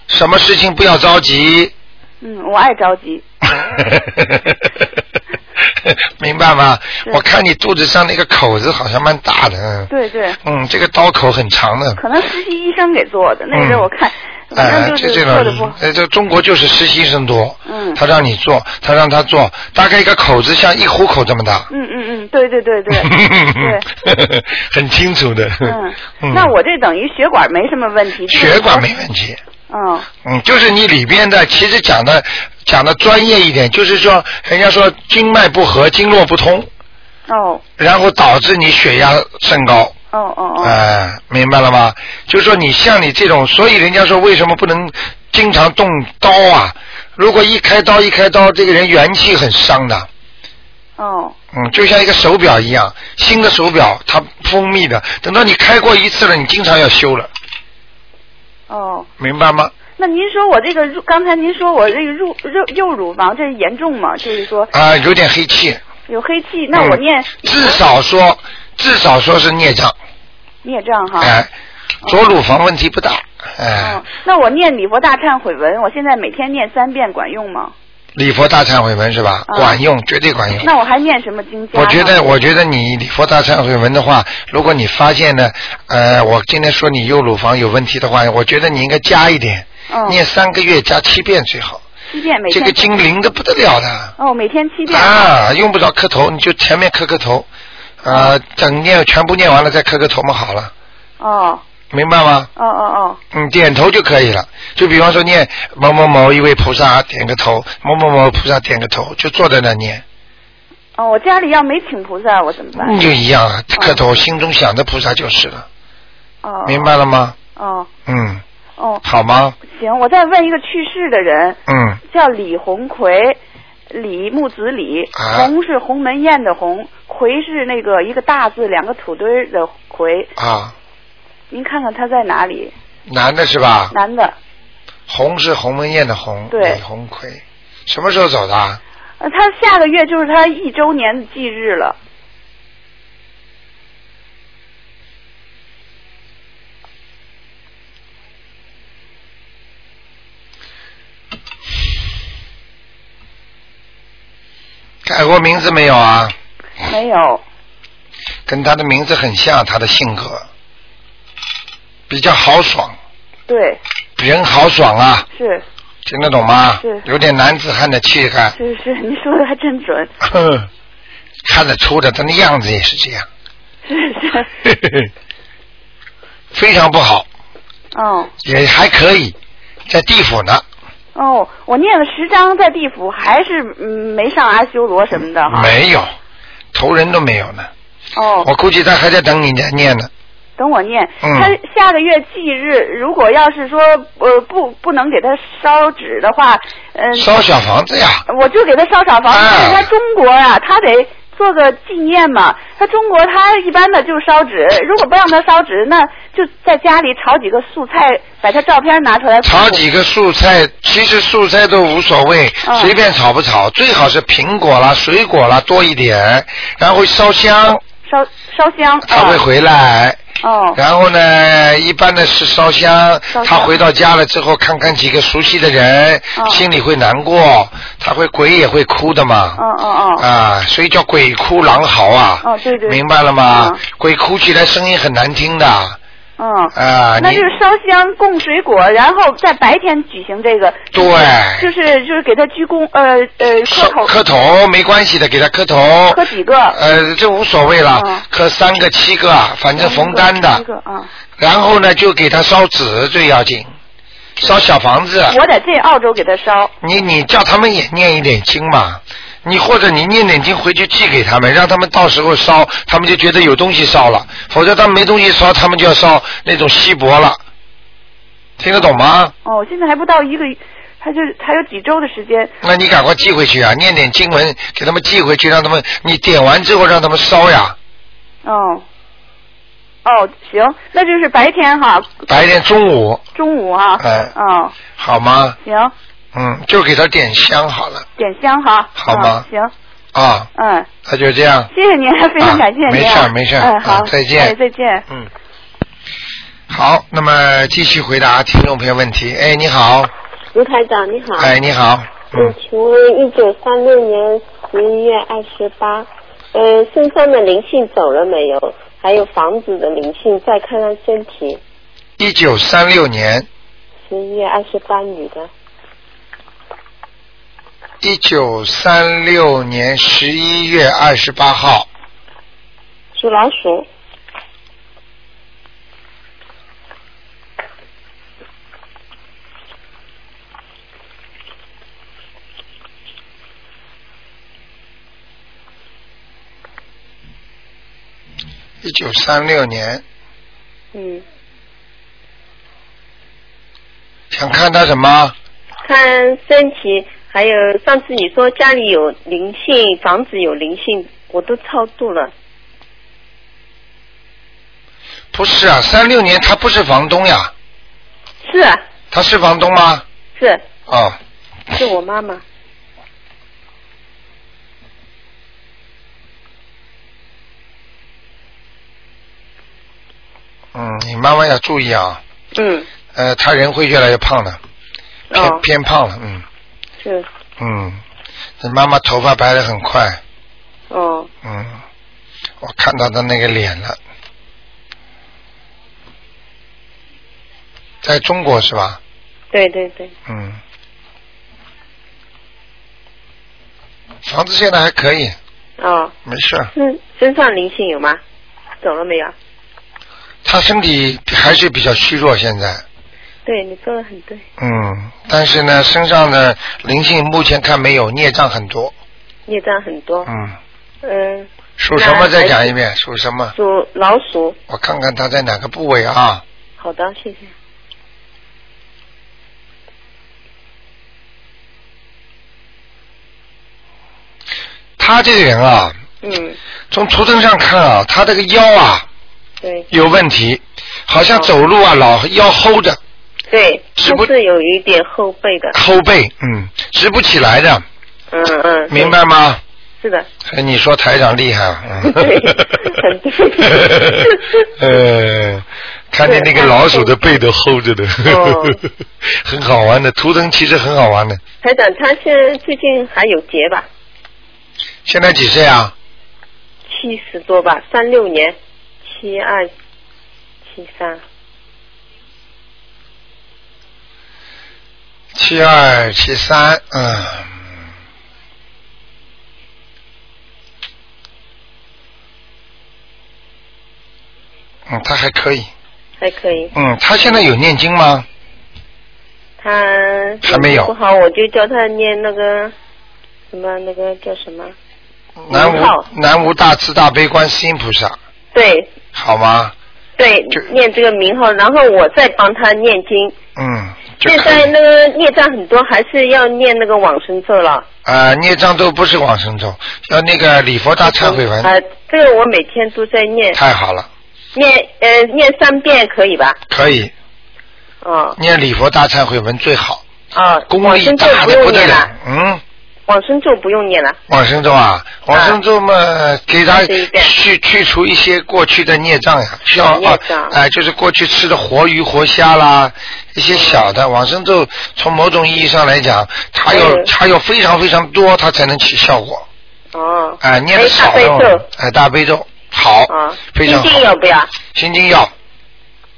什么事情不要着急， 嗯，我爱着急。明白吗？对我看你肚子上那个口子好像蛮大的，嗯对对，嗯，这个刀口很长的。可能实习医生给做的，那阵嗯我看，反哎，正就这是这做的种不，哎，这中国就是实习生多，嗯他让你做，他让他做，大概一个口子像一虎口这么大，嗯嗯嗯，对对对 对对。对，很清楚的。嗯，那我这等于血管没什么问题，就是血管说没问题，嗯嗯，就是你里边的，其实讲的讲的专业一点，就是说人家说经脉不和，经络不通，哦然后导致你血压升高。哦哦哎、哦，明白了吗？就是说你像你这种，所以人家说为什么不能经常动刀啊？如果一开刀一开刀，这个人元气很伤的。哦嗯，就像一个手表一样，新的手表它蜂蜜的，等到你开过一次了，你经常要修了，哦，明白吗？那您说我这个入，刚才您说我这个入右右乳房这严重吗？就是说啊、有点黑气。有黑气，那我嗯念至少说，至少说是孽障，孽障哈。哎、左乳房问题不大，哎、嗯，那我念礼佛大忏悔文，我现在每天念三遍管用吗？礼佛大忏悔文是吧？啊管用，绝对管用。那我还念什么经家呢？我觉得，我觉得你礼佛大忏悔文的话，如果你发现呢，呃，我今天说你右乳房有问题的话，我觉得你应该加一点，嗯，念三个月加七遍最好。七遍每这天个经灵的不得了的哦，每天七遍啊，用不着磕头，你就前面磕磕头，啊，等念全部念完了再磕个头嘛，好了，哦明白吗？哦哦嗯，点头就可以了。就比方说念某某某一位菩萨点个头，某某某菩萨点个头，就坐在那念。哦哦，我家里要没请菩萨，我怎么办？你就一样啊，磕头，心中想着菩萨就是了，哦，明白了吗？哦嗯，哦，好吗？行，我再问一个去世的人，嗯，叫李红奎，李木子李，啊红是鸿门宴的红，奎是那个一个大字两个土堆儿的奎，啊，您看看他在哪里？男的是吧？男的，红是鸿门宴的红，对李鸿奎，什么时候走的啊？呃，他下个月就是他一周年的忌日了。改过名字没有啊？没有，跟他的名字很像，他的性格比较豪爽，对，人豪爽啊，是听得懂吗是？有点男子汉的气概，是是， 您说的还真准，哼看得出 的，他的样子也是这样， 是是，嘿嘿嘿非常不好，哦也还可以，在地府呢，哦，我念了十章在地府，还是嗯没上阿修罗什么的哈。没有，头人都没有呢。哦，我估计他还在等你来念呢。等我念，嗯他下个月忌日，如果要是说呃不不能给他烧纸的话，嗯、烧小房子呀，我就给他烧小房子。啊但是他中国呀、他得做个纪念嘛。他中国他一般的就烧纸，如果不让他烧纸，那就在家里炒几个素菜，把他照片拿出来。炒几个素菜，其实素菜都无所谓，嗯随便炒不炒，最好是苹果啦、水果啦多一点，然后烧香，烧烧香。他会回来。哦 然后呢，一般的是烧香烧香，他回到家了之后，看看几个熟悉的人，嗯心里会难过，他会鬼也会哭的嘛。哦哦哦。啊，所以叫鬼哭狼嚎啊。哦对对明白了吗？嗯鬼哭起来声音很难听的，嗯，啊，那你就是烧香供水果，然后在白天举行这个，对就是就是给他鞠躬，呃呃，磕头，磕头没关系的，给他磕头。磕几个？呃，这无所谓了嗯，磕三个、七个，啊反正逢单一的。哦个啊，然后呢，就给他烧纸最要紧，烧小房子。我在这澳洲给他烧，你你叫他们也念一点经嘛，你或者你念点经回去寄给他们，让他们到时候烧，他们就觉得有东西烧了，否则他们没东西烧，他们就要烧那种锡箔了，听得懂吗？哦，现在还不到一个，还就还有几周的时间，那你赶快寄回去啊，念点经文给他们寄回去，让他们你点完之后让他们烧呀，哦，哦，行，那就是白天哈，白天中午中午哈，哎哦，好吗？行，嗯，就给他点香好了点香哈，好吗嗯行，啊，嗯，那就这样。谢谢您，非常感谢您啊，没事儿没事儿嗯，好嗯，再见哎再见，嗯，好，那么继续回答听众朋友问题。哎，你好，卢台长你好，哎，你好，嗯嗯，，请问一九三六年十一月二十八，呃，身上的灵性走了没有？还有房子的灵性，再看看身体。一九三六年，十一月二十八，女的，一九三六年十一月二十八号，属老鼠。一九三六年，嗯，想看他什么？看身体，还有上次你说家里有灵性，房子有灵性，我都超度了。不是啊，三六年他不是房东呀，是啊，他是房东吗？是啊哦，是我妈妈。嗯，你妈妈要注意啊，嗯，呃，她人会越来越胖的，偏、哦，偏胖了，嗯是嗯，你妈妈头发白的很快，哦，嗯，我看到他那个脸了，在中国是吧？对对对，嗯，房子现在还可以，哦，没事儿。身身上灵性有吗？走了没有？他身体还是比较虚弱，现在，对你说的很对。嗯，但是呢，身上的灵性目前看没有，孽障很多，孽障很多。嗯，嗯，属什么？那再讲一遍，属什么？属老鼠。我看看他在哪个部位啊？好的，谢谢。他这个人啊，嗯，从图腾上看啊，他这个腰啊，对有问题，好像走路啊老腰齁着，对，是不就是有一点后背的。齁背，嗯，直不起来的，嗯嗯。对明。白吗？是 的，哎你说台长厉害啊，嗯 对很对呃，看见那个老鼠的背都齁着的哦， 很好玩的，图腾其实很好玩的。台长，他现在最近还有结吧？现在几岁啊？七十多吧，三六年，七二，七三。七二七三，嗯。嗯，他还可以。还可以，嗯，他现在有念经吗？他还没有不好，我就叫他念那个什么，那个叫什么？南没有无南无大慈大悲观世音菩萨，对好吗？对就，念这个名号，然后我再帮他念经，嗯，就现可在以。那个孽障很多，还是要念那个往生咒了。啊、孽障都不是往生咒，要那个礼佛大忏悔文，啊、这个我每天都在念，太好了，念呃念三遍可以吧？可以哦念礼佛大忏悔文最好，哦，功往力生咒大不的用不得念了了，。哦嗯，往生咒不用念了。往生咒啊，往生咒嘛，啊给他是一遍去去除一些过去的孽障呀，需要孽啊，哎、障就是过去吃的活鱼、活虾啦，一些小的往生咒，从某种意义上来讲，它要嗯它要非常非常多，它才能起效果。哦，哎、念的少哦还有大悲咒的，哎、大悲咒好，啊，非心常好经。要不要？心经要，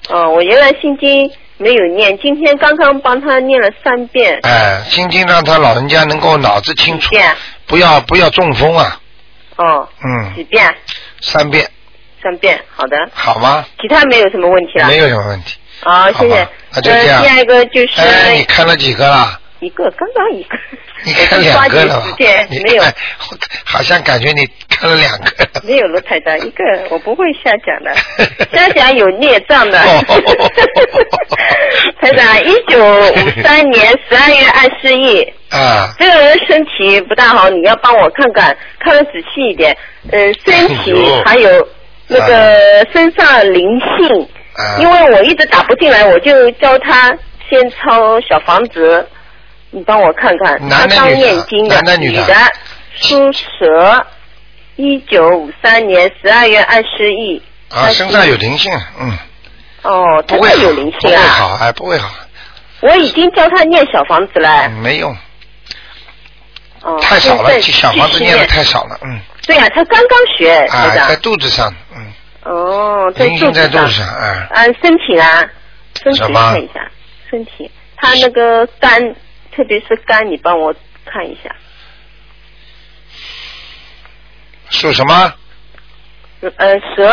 哦，我原来心经没有念，今天刚刚帮他念了三遍。哎，心经让他老人家能够脑子清楚，遍？不要不要中风啊。哦，嗯，几遍？三遍三遍，好的。好吗？其他没有什么问题了。没有什么问题。好，啊谢好谢吧。那就这样呃、第二个就是、哎，你看了几个了？一个，刚刚一个。 你哎看两个了我就抓吧紧时？间你没有哎我 好像感觉你看了两个。 没有罗台长，一个我不会瞎讲 的，瞎讲有孽障的哦。 台长，一九五三年十二月二十一，啊，这个人身体不大好，你要帮我看看，看得仔细一点。嗯，身体哎呦哎还有那个身上灵性，啊因为我一直打不进来，我就教他先抄小房子，你帮我看看。男的他刚女的念经男的女的的。属蛇，一九五三年十二月二十一。啊，身上有灵性，嗯，哦，他不会好有灵不性会啊！好，哎，不会好，我已经教他念小房子了嗯。没用，哦，嗯太少了，啊现在小房子继续念的太少了，嗯，对呀、他刚刚学，啊台，长在肚子上，嗯，哦，在灵性肚在子肚上子。上，哎，嗯，身体啊，身体什么看一下，身体，他那个肝，特别是肝，你帮我看一下。属什么？呃，蛇，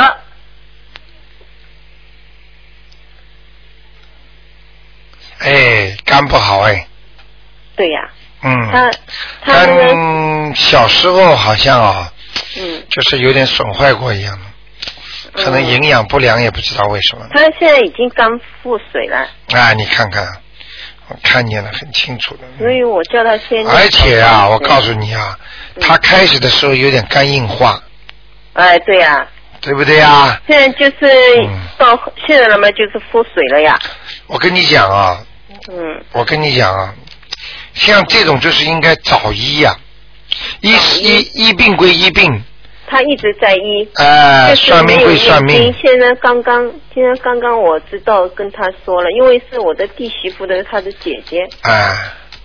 哎，肝不好，哎，对呀、嗯他，他那个，肝小时候好像啊，嗯，就是有点损坏过一样的，可能营养不良也不知道为什么。他现在已经肝腹水了，啊，你看看，我看见了，很清楚的。所以我叫他先。而且啊，我告诉。你啊，嗯他开始的时候有点肝硬化，哎，对呀、对不对啊？现在就是嗯到现在了嘛，就是腹水了呀。我跟你讲啊，嗯，我跟你讲啊，像这种就是应该早医呀、医医医病归医病，他一直在医。哎、就是算命没有归算念命经。现在刚刚，现在刚刚我知道跟他说了，因为是我的弟媳妇的她的姐姐，哎、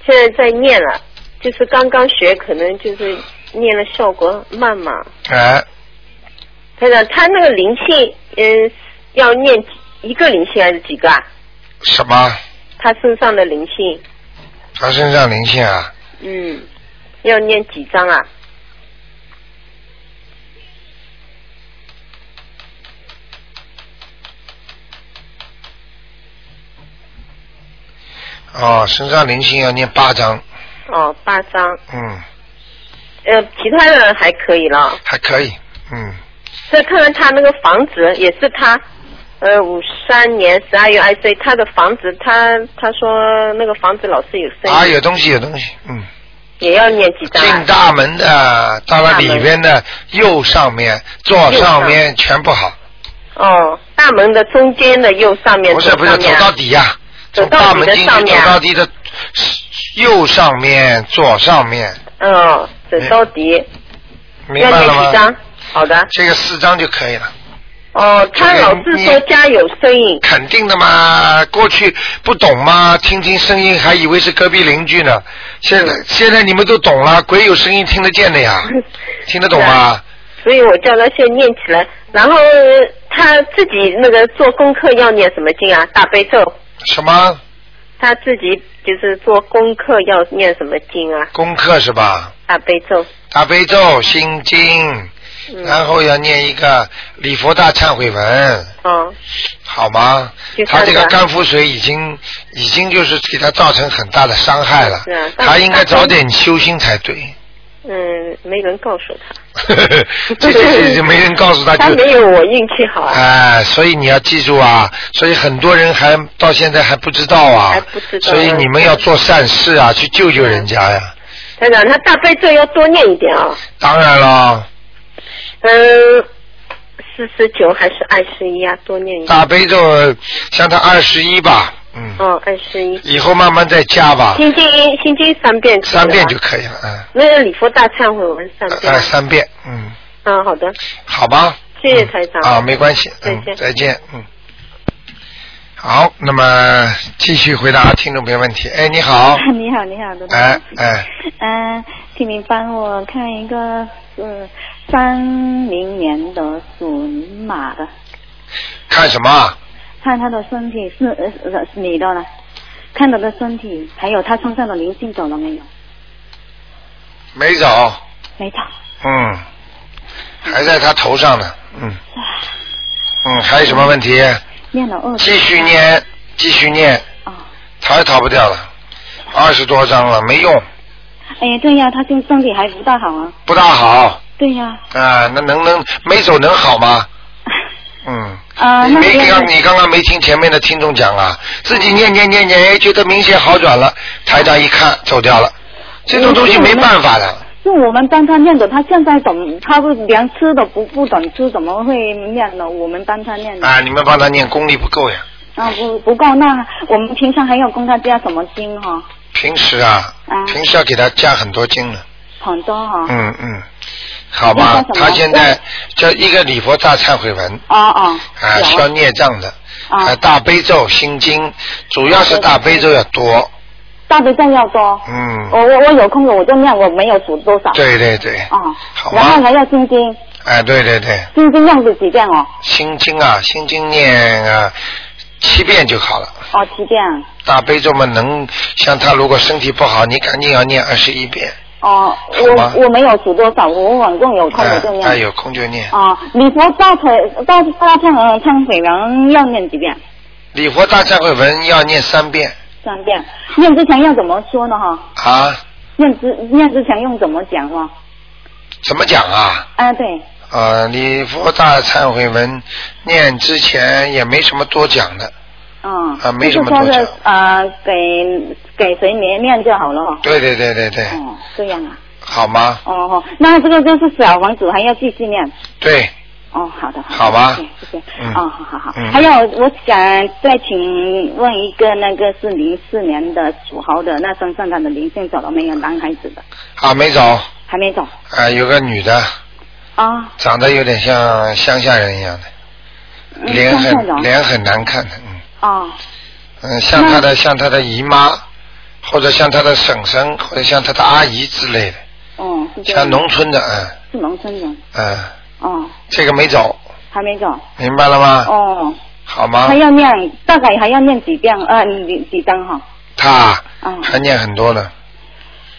现在在念了，就是刚刚学，可能就是念了效果慢嘛。哎、台长，他那个灵性，嗯，要念一个灵性还是几个啊？什么？他身上的灵性，他身上灵性啊？嗯，要念几张啊？哦，身上灵性要念八章，哦，八张，嗯，呃，其他的还可以了。还可以，嗯，再看看他那个房子，也是他，呃，五三年十二月二岁，他的房子，他他说那个房子老是有声音，啊，有东西有东西，嗯。也要念几张、进啊？大门的，到了里边的右上面、左上面全不好，哦，大门的中间的右上面，不是左不是上走面啊到底呀、走从到大底门的进上去走面啊到底的右上面、左上面，嗯，走到底，明要白念了几吗张？？好的。这个四张就可以了，哦，他老是说家有声音，肯定的嘛。过去不懂嘛，听听声音还以为是隔壁邻居呢。现嗯在现在你们都懂了，鬼有声音听得见的 呀，听得懂啊吗？所以我叫他先念起来，然后他自己那个做功课要念什么经啊？大悲咒。什么他自己就是做功课要念什么经啊？功课是吧？大悲咒。大悲咒、心经。嗯。然后要念一个礼佛大忏悔文，哦，好吗第？三他个这个肝腹水已经已经就是给他造成很大的伤害了是啊，但是他应该早点修心才 对。嗯，没人告诉 他。这这这没人告诉他他就没有我运气好啊。哎，所以你要记住啊，所以很多人还到现在还不知道啊还不知，道所以你们要做善事啊，去救救人家呀。台长，他大悲咒要多念一点啊。当然了，嗯，四十九还是二十一啊？多念一点。大悲咒像他二十一吧，嗯，哦，二十一。以后慢慢再加吧，心经心经三遍可以了吧。啊三遍就可以了，嗯。那个礼佛大忏悔文三遍呃，。三遍，嗯，嗯，好的，好吧。谢谢台长。嗯啊，没关系，再嗯见再见，嗯。好，那么继续回答听众朋友问题。哎，你好， 你好，你好，罗哎哎，嗯、请您帮我看一个呃是三零年的属马的，看什么啊？看他的身体是呃是是女的了，看他的身体，还有他身上的灵性走了没有？没走，没走。嗯，还在他头上呢，嗯，嗯，还有什么问题？念了二继续念，继续念，逃也逃不掉了，二十多张了，没用，哎呀，对呀，他现在身体还不大好啊。不大好对呀，啊，那能能没走能好 吗？嗯，啊、你那没这样刚子你刚刚没听前面的听众讲啊，自己念念念念，哎，觉得明显好转了，台长一看走掉了，这种东西没办法的，是我们帮他念的，他现在懂，他不连吃都不不懂吃，怎么会念呢？我们帮他念的，啊，你们帮他念功力不够呀，啊不不够，那我们平常还要供他加什么经哈、平时啊，啊，平时要给他加很多经的，很多哈、嗯嗯，好吧，那叫什么他现在叫一个礼佛大忏悔文，哦哦，啊，有消孽障的，啊啊，大悲咒、心经，主要是大悲咒要多，大悲咒要多，嗯，我我我有空了我就念，我没有数多少。对对对，哦，好然后吗？还要心经，哎，对对对。心经样子几遍哦？心经啊，心经念啊七遍就好了。哦，七遍。大悲咒嘛，能像他如果身体不好，你赶紧要念二十一遍。哦，吗我我没有数多少，我晚上有空哎我就念。哎，有空就念。哦，礼佛大腿大大忏呃忏悔文要念几遍？礼佛大忏悔文要念三遍三遍。念之前要怎么说呢？哈，啊？念之念之前用怎么讲呢？怎么讲啊？啊，对，啊，礼佛大忏悔文念之前也没什么多讲的。嗯，啊没什么就是多说讲是呃，给给谁念念就好了哈。对对对对对，哦，这样啊。好吗？哦哦，那这个就是小房子还要继续念。对，哦，好的，好吧谢谢，谢谢。嗯哦，好好好。嗯还有，我想再请问一个，那个是零四年的属猴的，那身上他的灵性走了没有？男孩子的啊，没走。还没走啊，有个女的，啊？长得有点像乡下人一样的，嗯脸刚才走很脸很难看的，啊嗯。哦嗯，像他的像他的姨妈，或者像他的婶婶，或者像他的阿姨之类的，哦，是这样像农村的，嗯是农村人嗯，哦，这个没走，还没走明白了吗？哦，好吗还？要念，大概还要念几遍呃几几张哈？他啊，还念很多呢，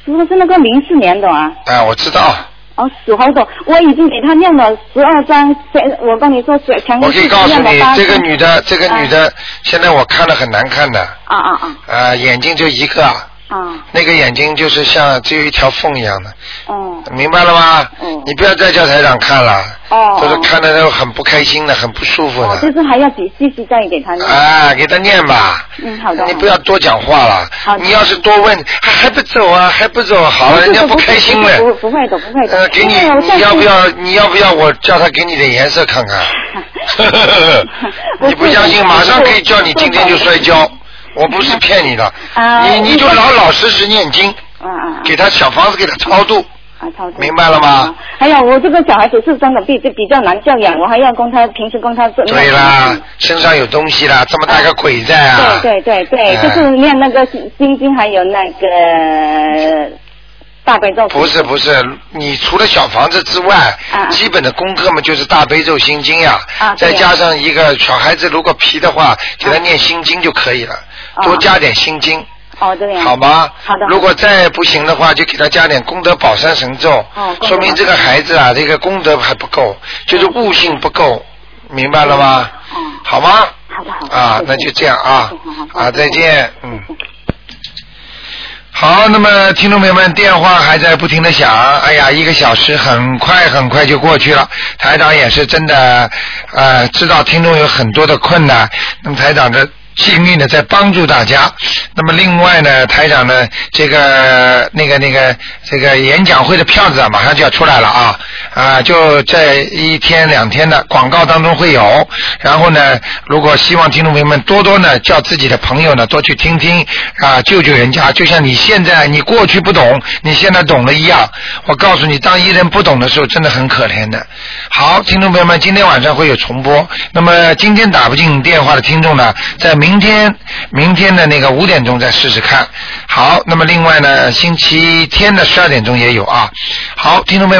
如果是那个零四年的啊，哎，我知道，哦，属猴的，我已经给他念了十二章，前我跟你说，前前我可以告诉念了你八，嗯这个章女的，这个女的，现在我看了很难看的，啊啊啊啊，眼睛就一个，啊，那个眼睛就是像只有一条缝一样的，哦明白了吗？嗯你不要再叫台长看了，哦，就是看的都很不开心的，很不舒服哦，就的，是还要继继续再给他念。哎，给他念吧。嗯，好的。你不要多讲话了好，的你要是多问，还还不走啊，还不走，好 了，人家不开心不了。不会的，不会的。呃，给你，你要不？要？你要不要我叫他给你点颜色 看看？你不相信，马上可以叫你今天就摔跤。我不是骗你的，啊你你就我老老实实念经，啊啊给他小房子给他超度，啊！操作。明白了吗？还有，哎我这个小孩子是真的比比较难教养，我还要供他平时供他做。对啦，啊身上有东西啦，这么大个鬼在啊！嗯对对对对，哎就是念那个心心经，还有那个大悲咒。不是不是，你除了小房子之外，啊基本的功课嘛就是大悲咒心经呀、啊对呀再加上一个小孩子如果皮的话，给他念心经就可以了，啊多加点心经，哦，这样。好吗？好的如果再不行的话，就给他加点功德宝山神咒，哦功德说明这个孩子啊，这个功德还不够，就是悟性不够，明白了吗？嗯好吗？好的好的。啊谢，谢那就这样啊谢谢好，好啊，再见，嗯。好，那么听众朋友们，电话还在不停的响，哎呀，一个小时很快很快就过去了。台长也是真的，呃，知道听众有很多的困难，那么台长的尽力的在帮助大家。那么另外呢，台长呢，这个那个那个这个演讲会的票子啊，马上就要出来了啊啊，就这一天两天的广告当中会有。然后呢，如果希望听众朋友们多多呢叫自己的朋友呢多去听听啊，救救人家，就像你现在你过去不懂，你现在懂了一样。我告诉你，当一人不懂的时候，真的很可怜的。好，听众朋友们，今天晚上会有重播。那么今天打不进电话的听众呢，在明天明天的那个五点钟再试试看。好，那么另外呢，星期天的十二点钟也有啊。好，听众朋友们。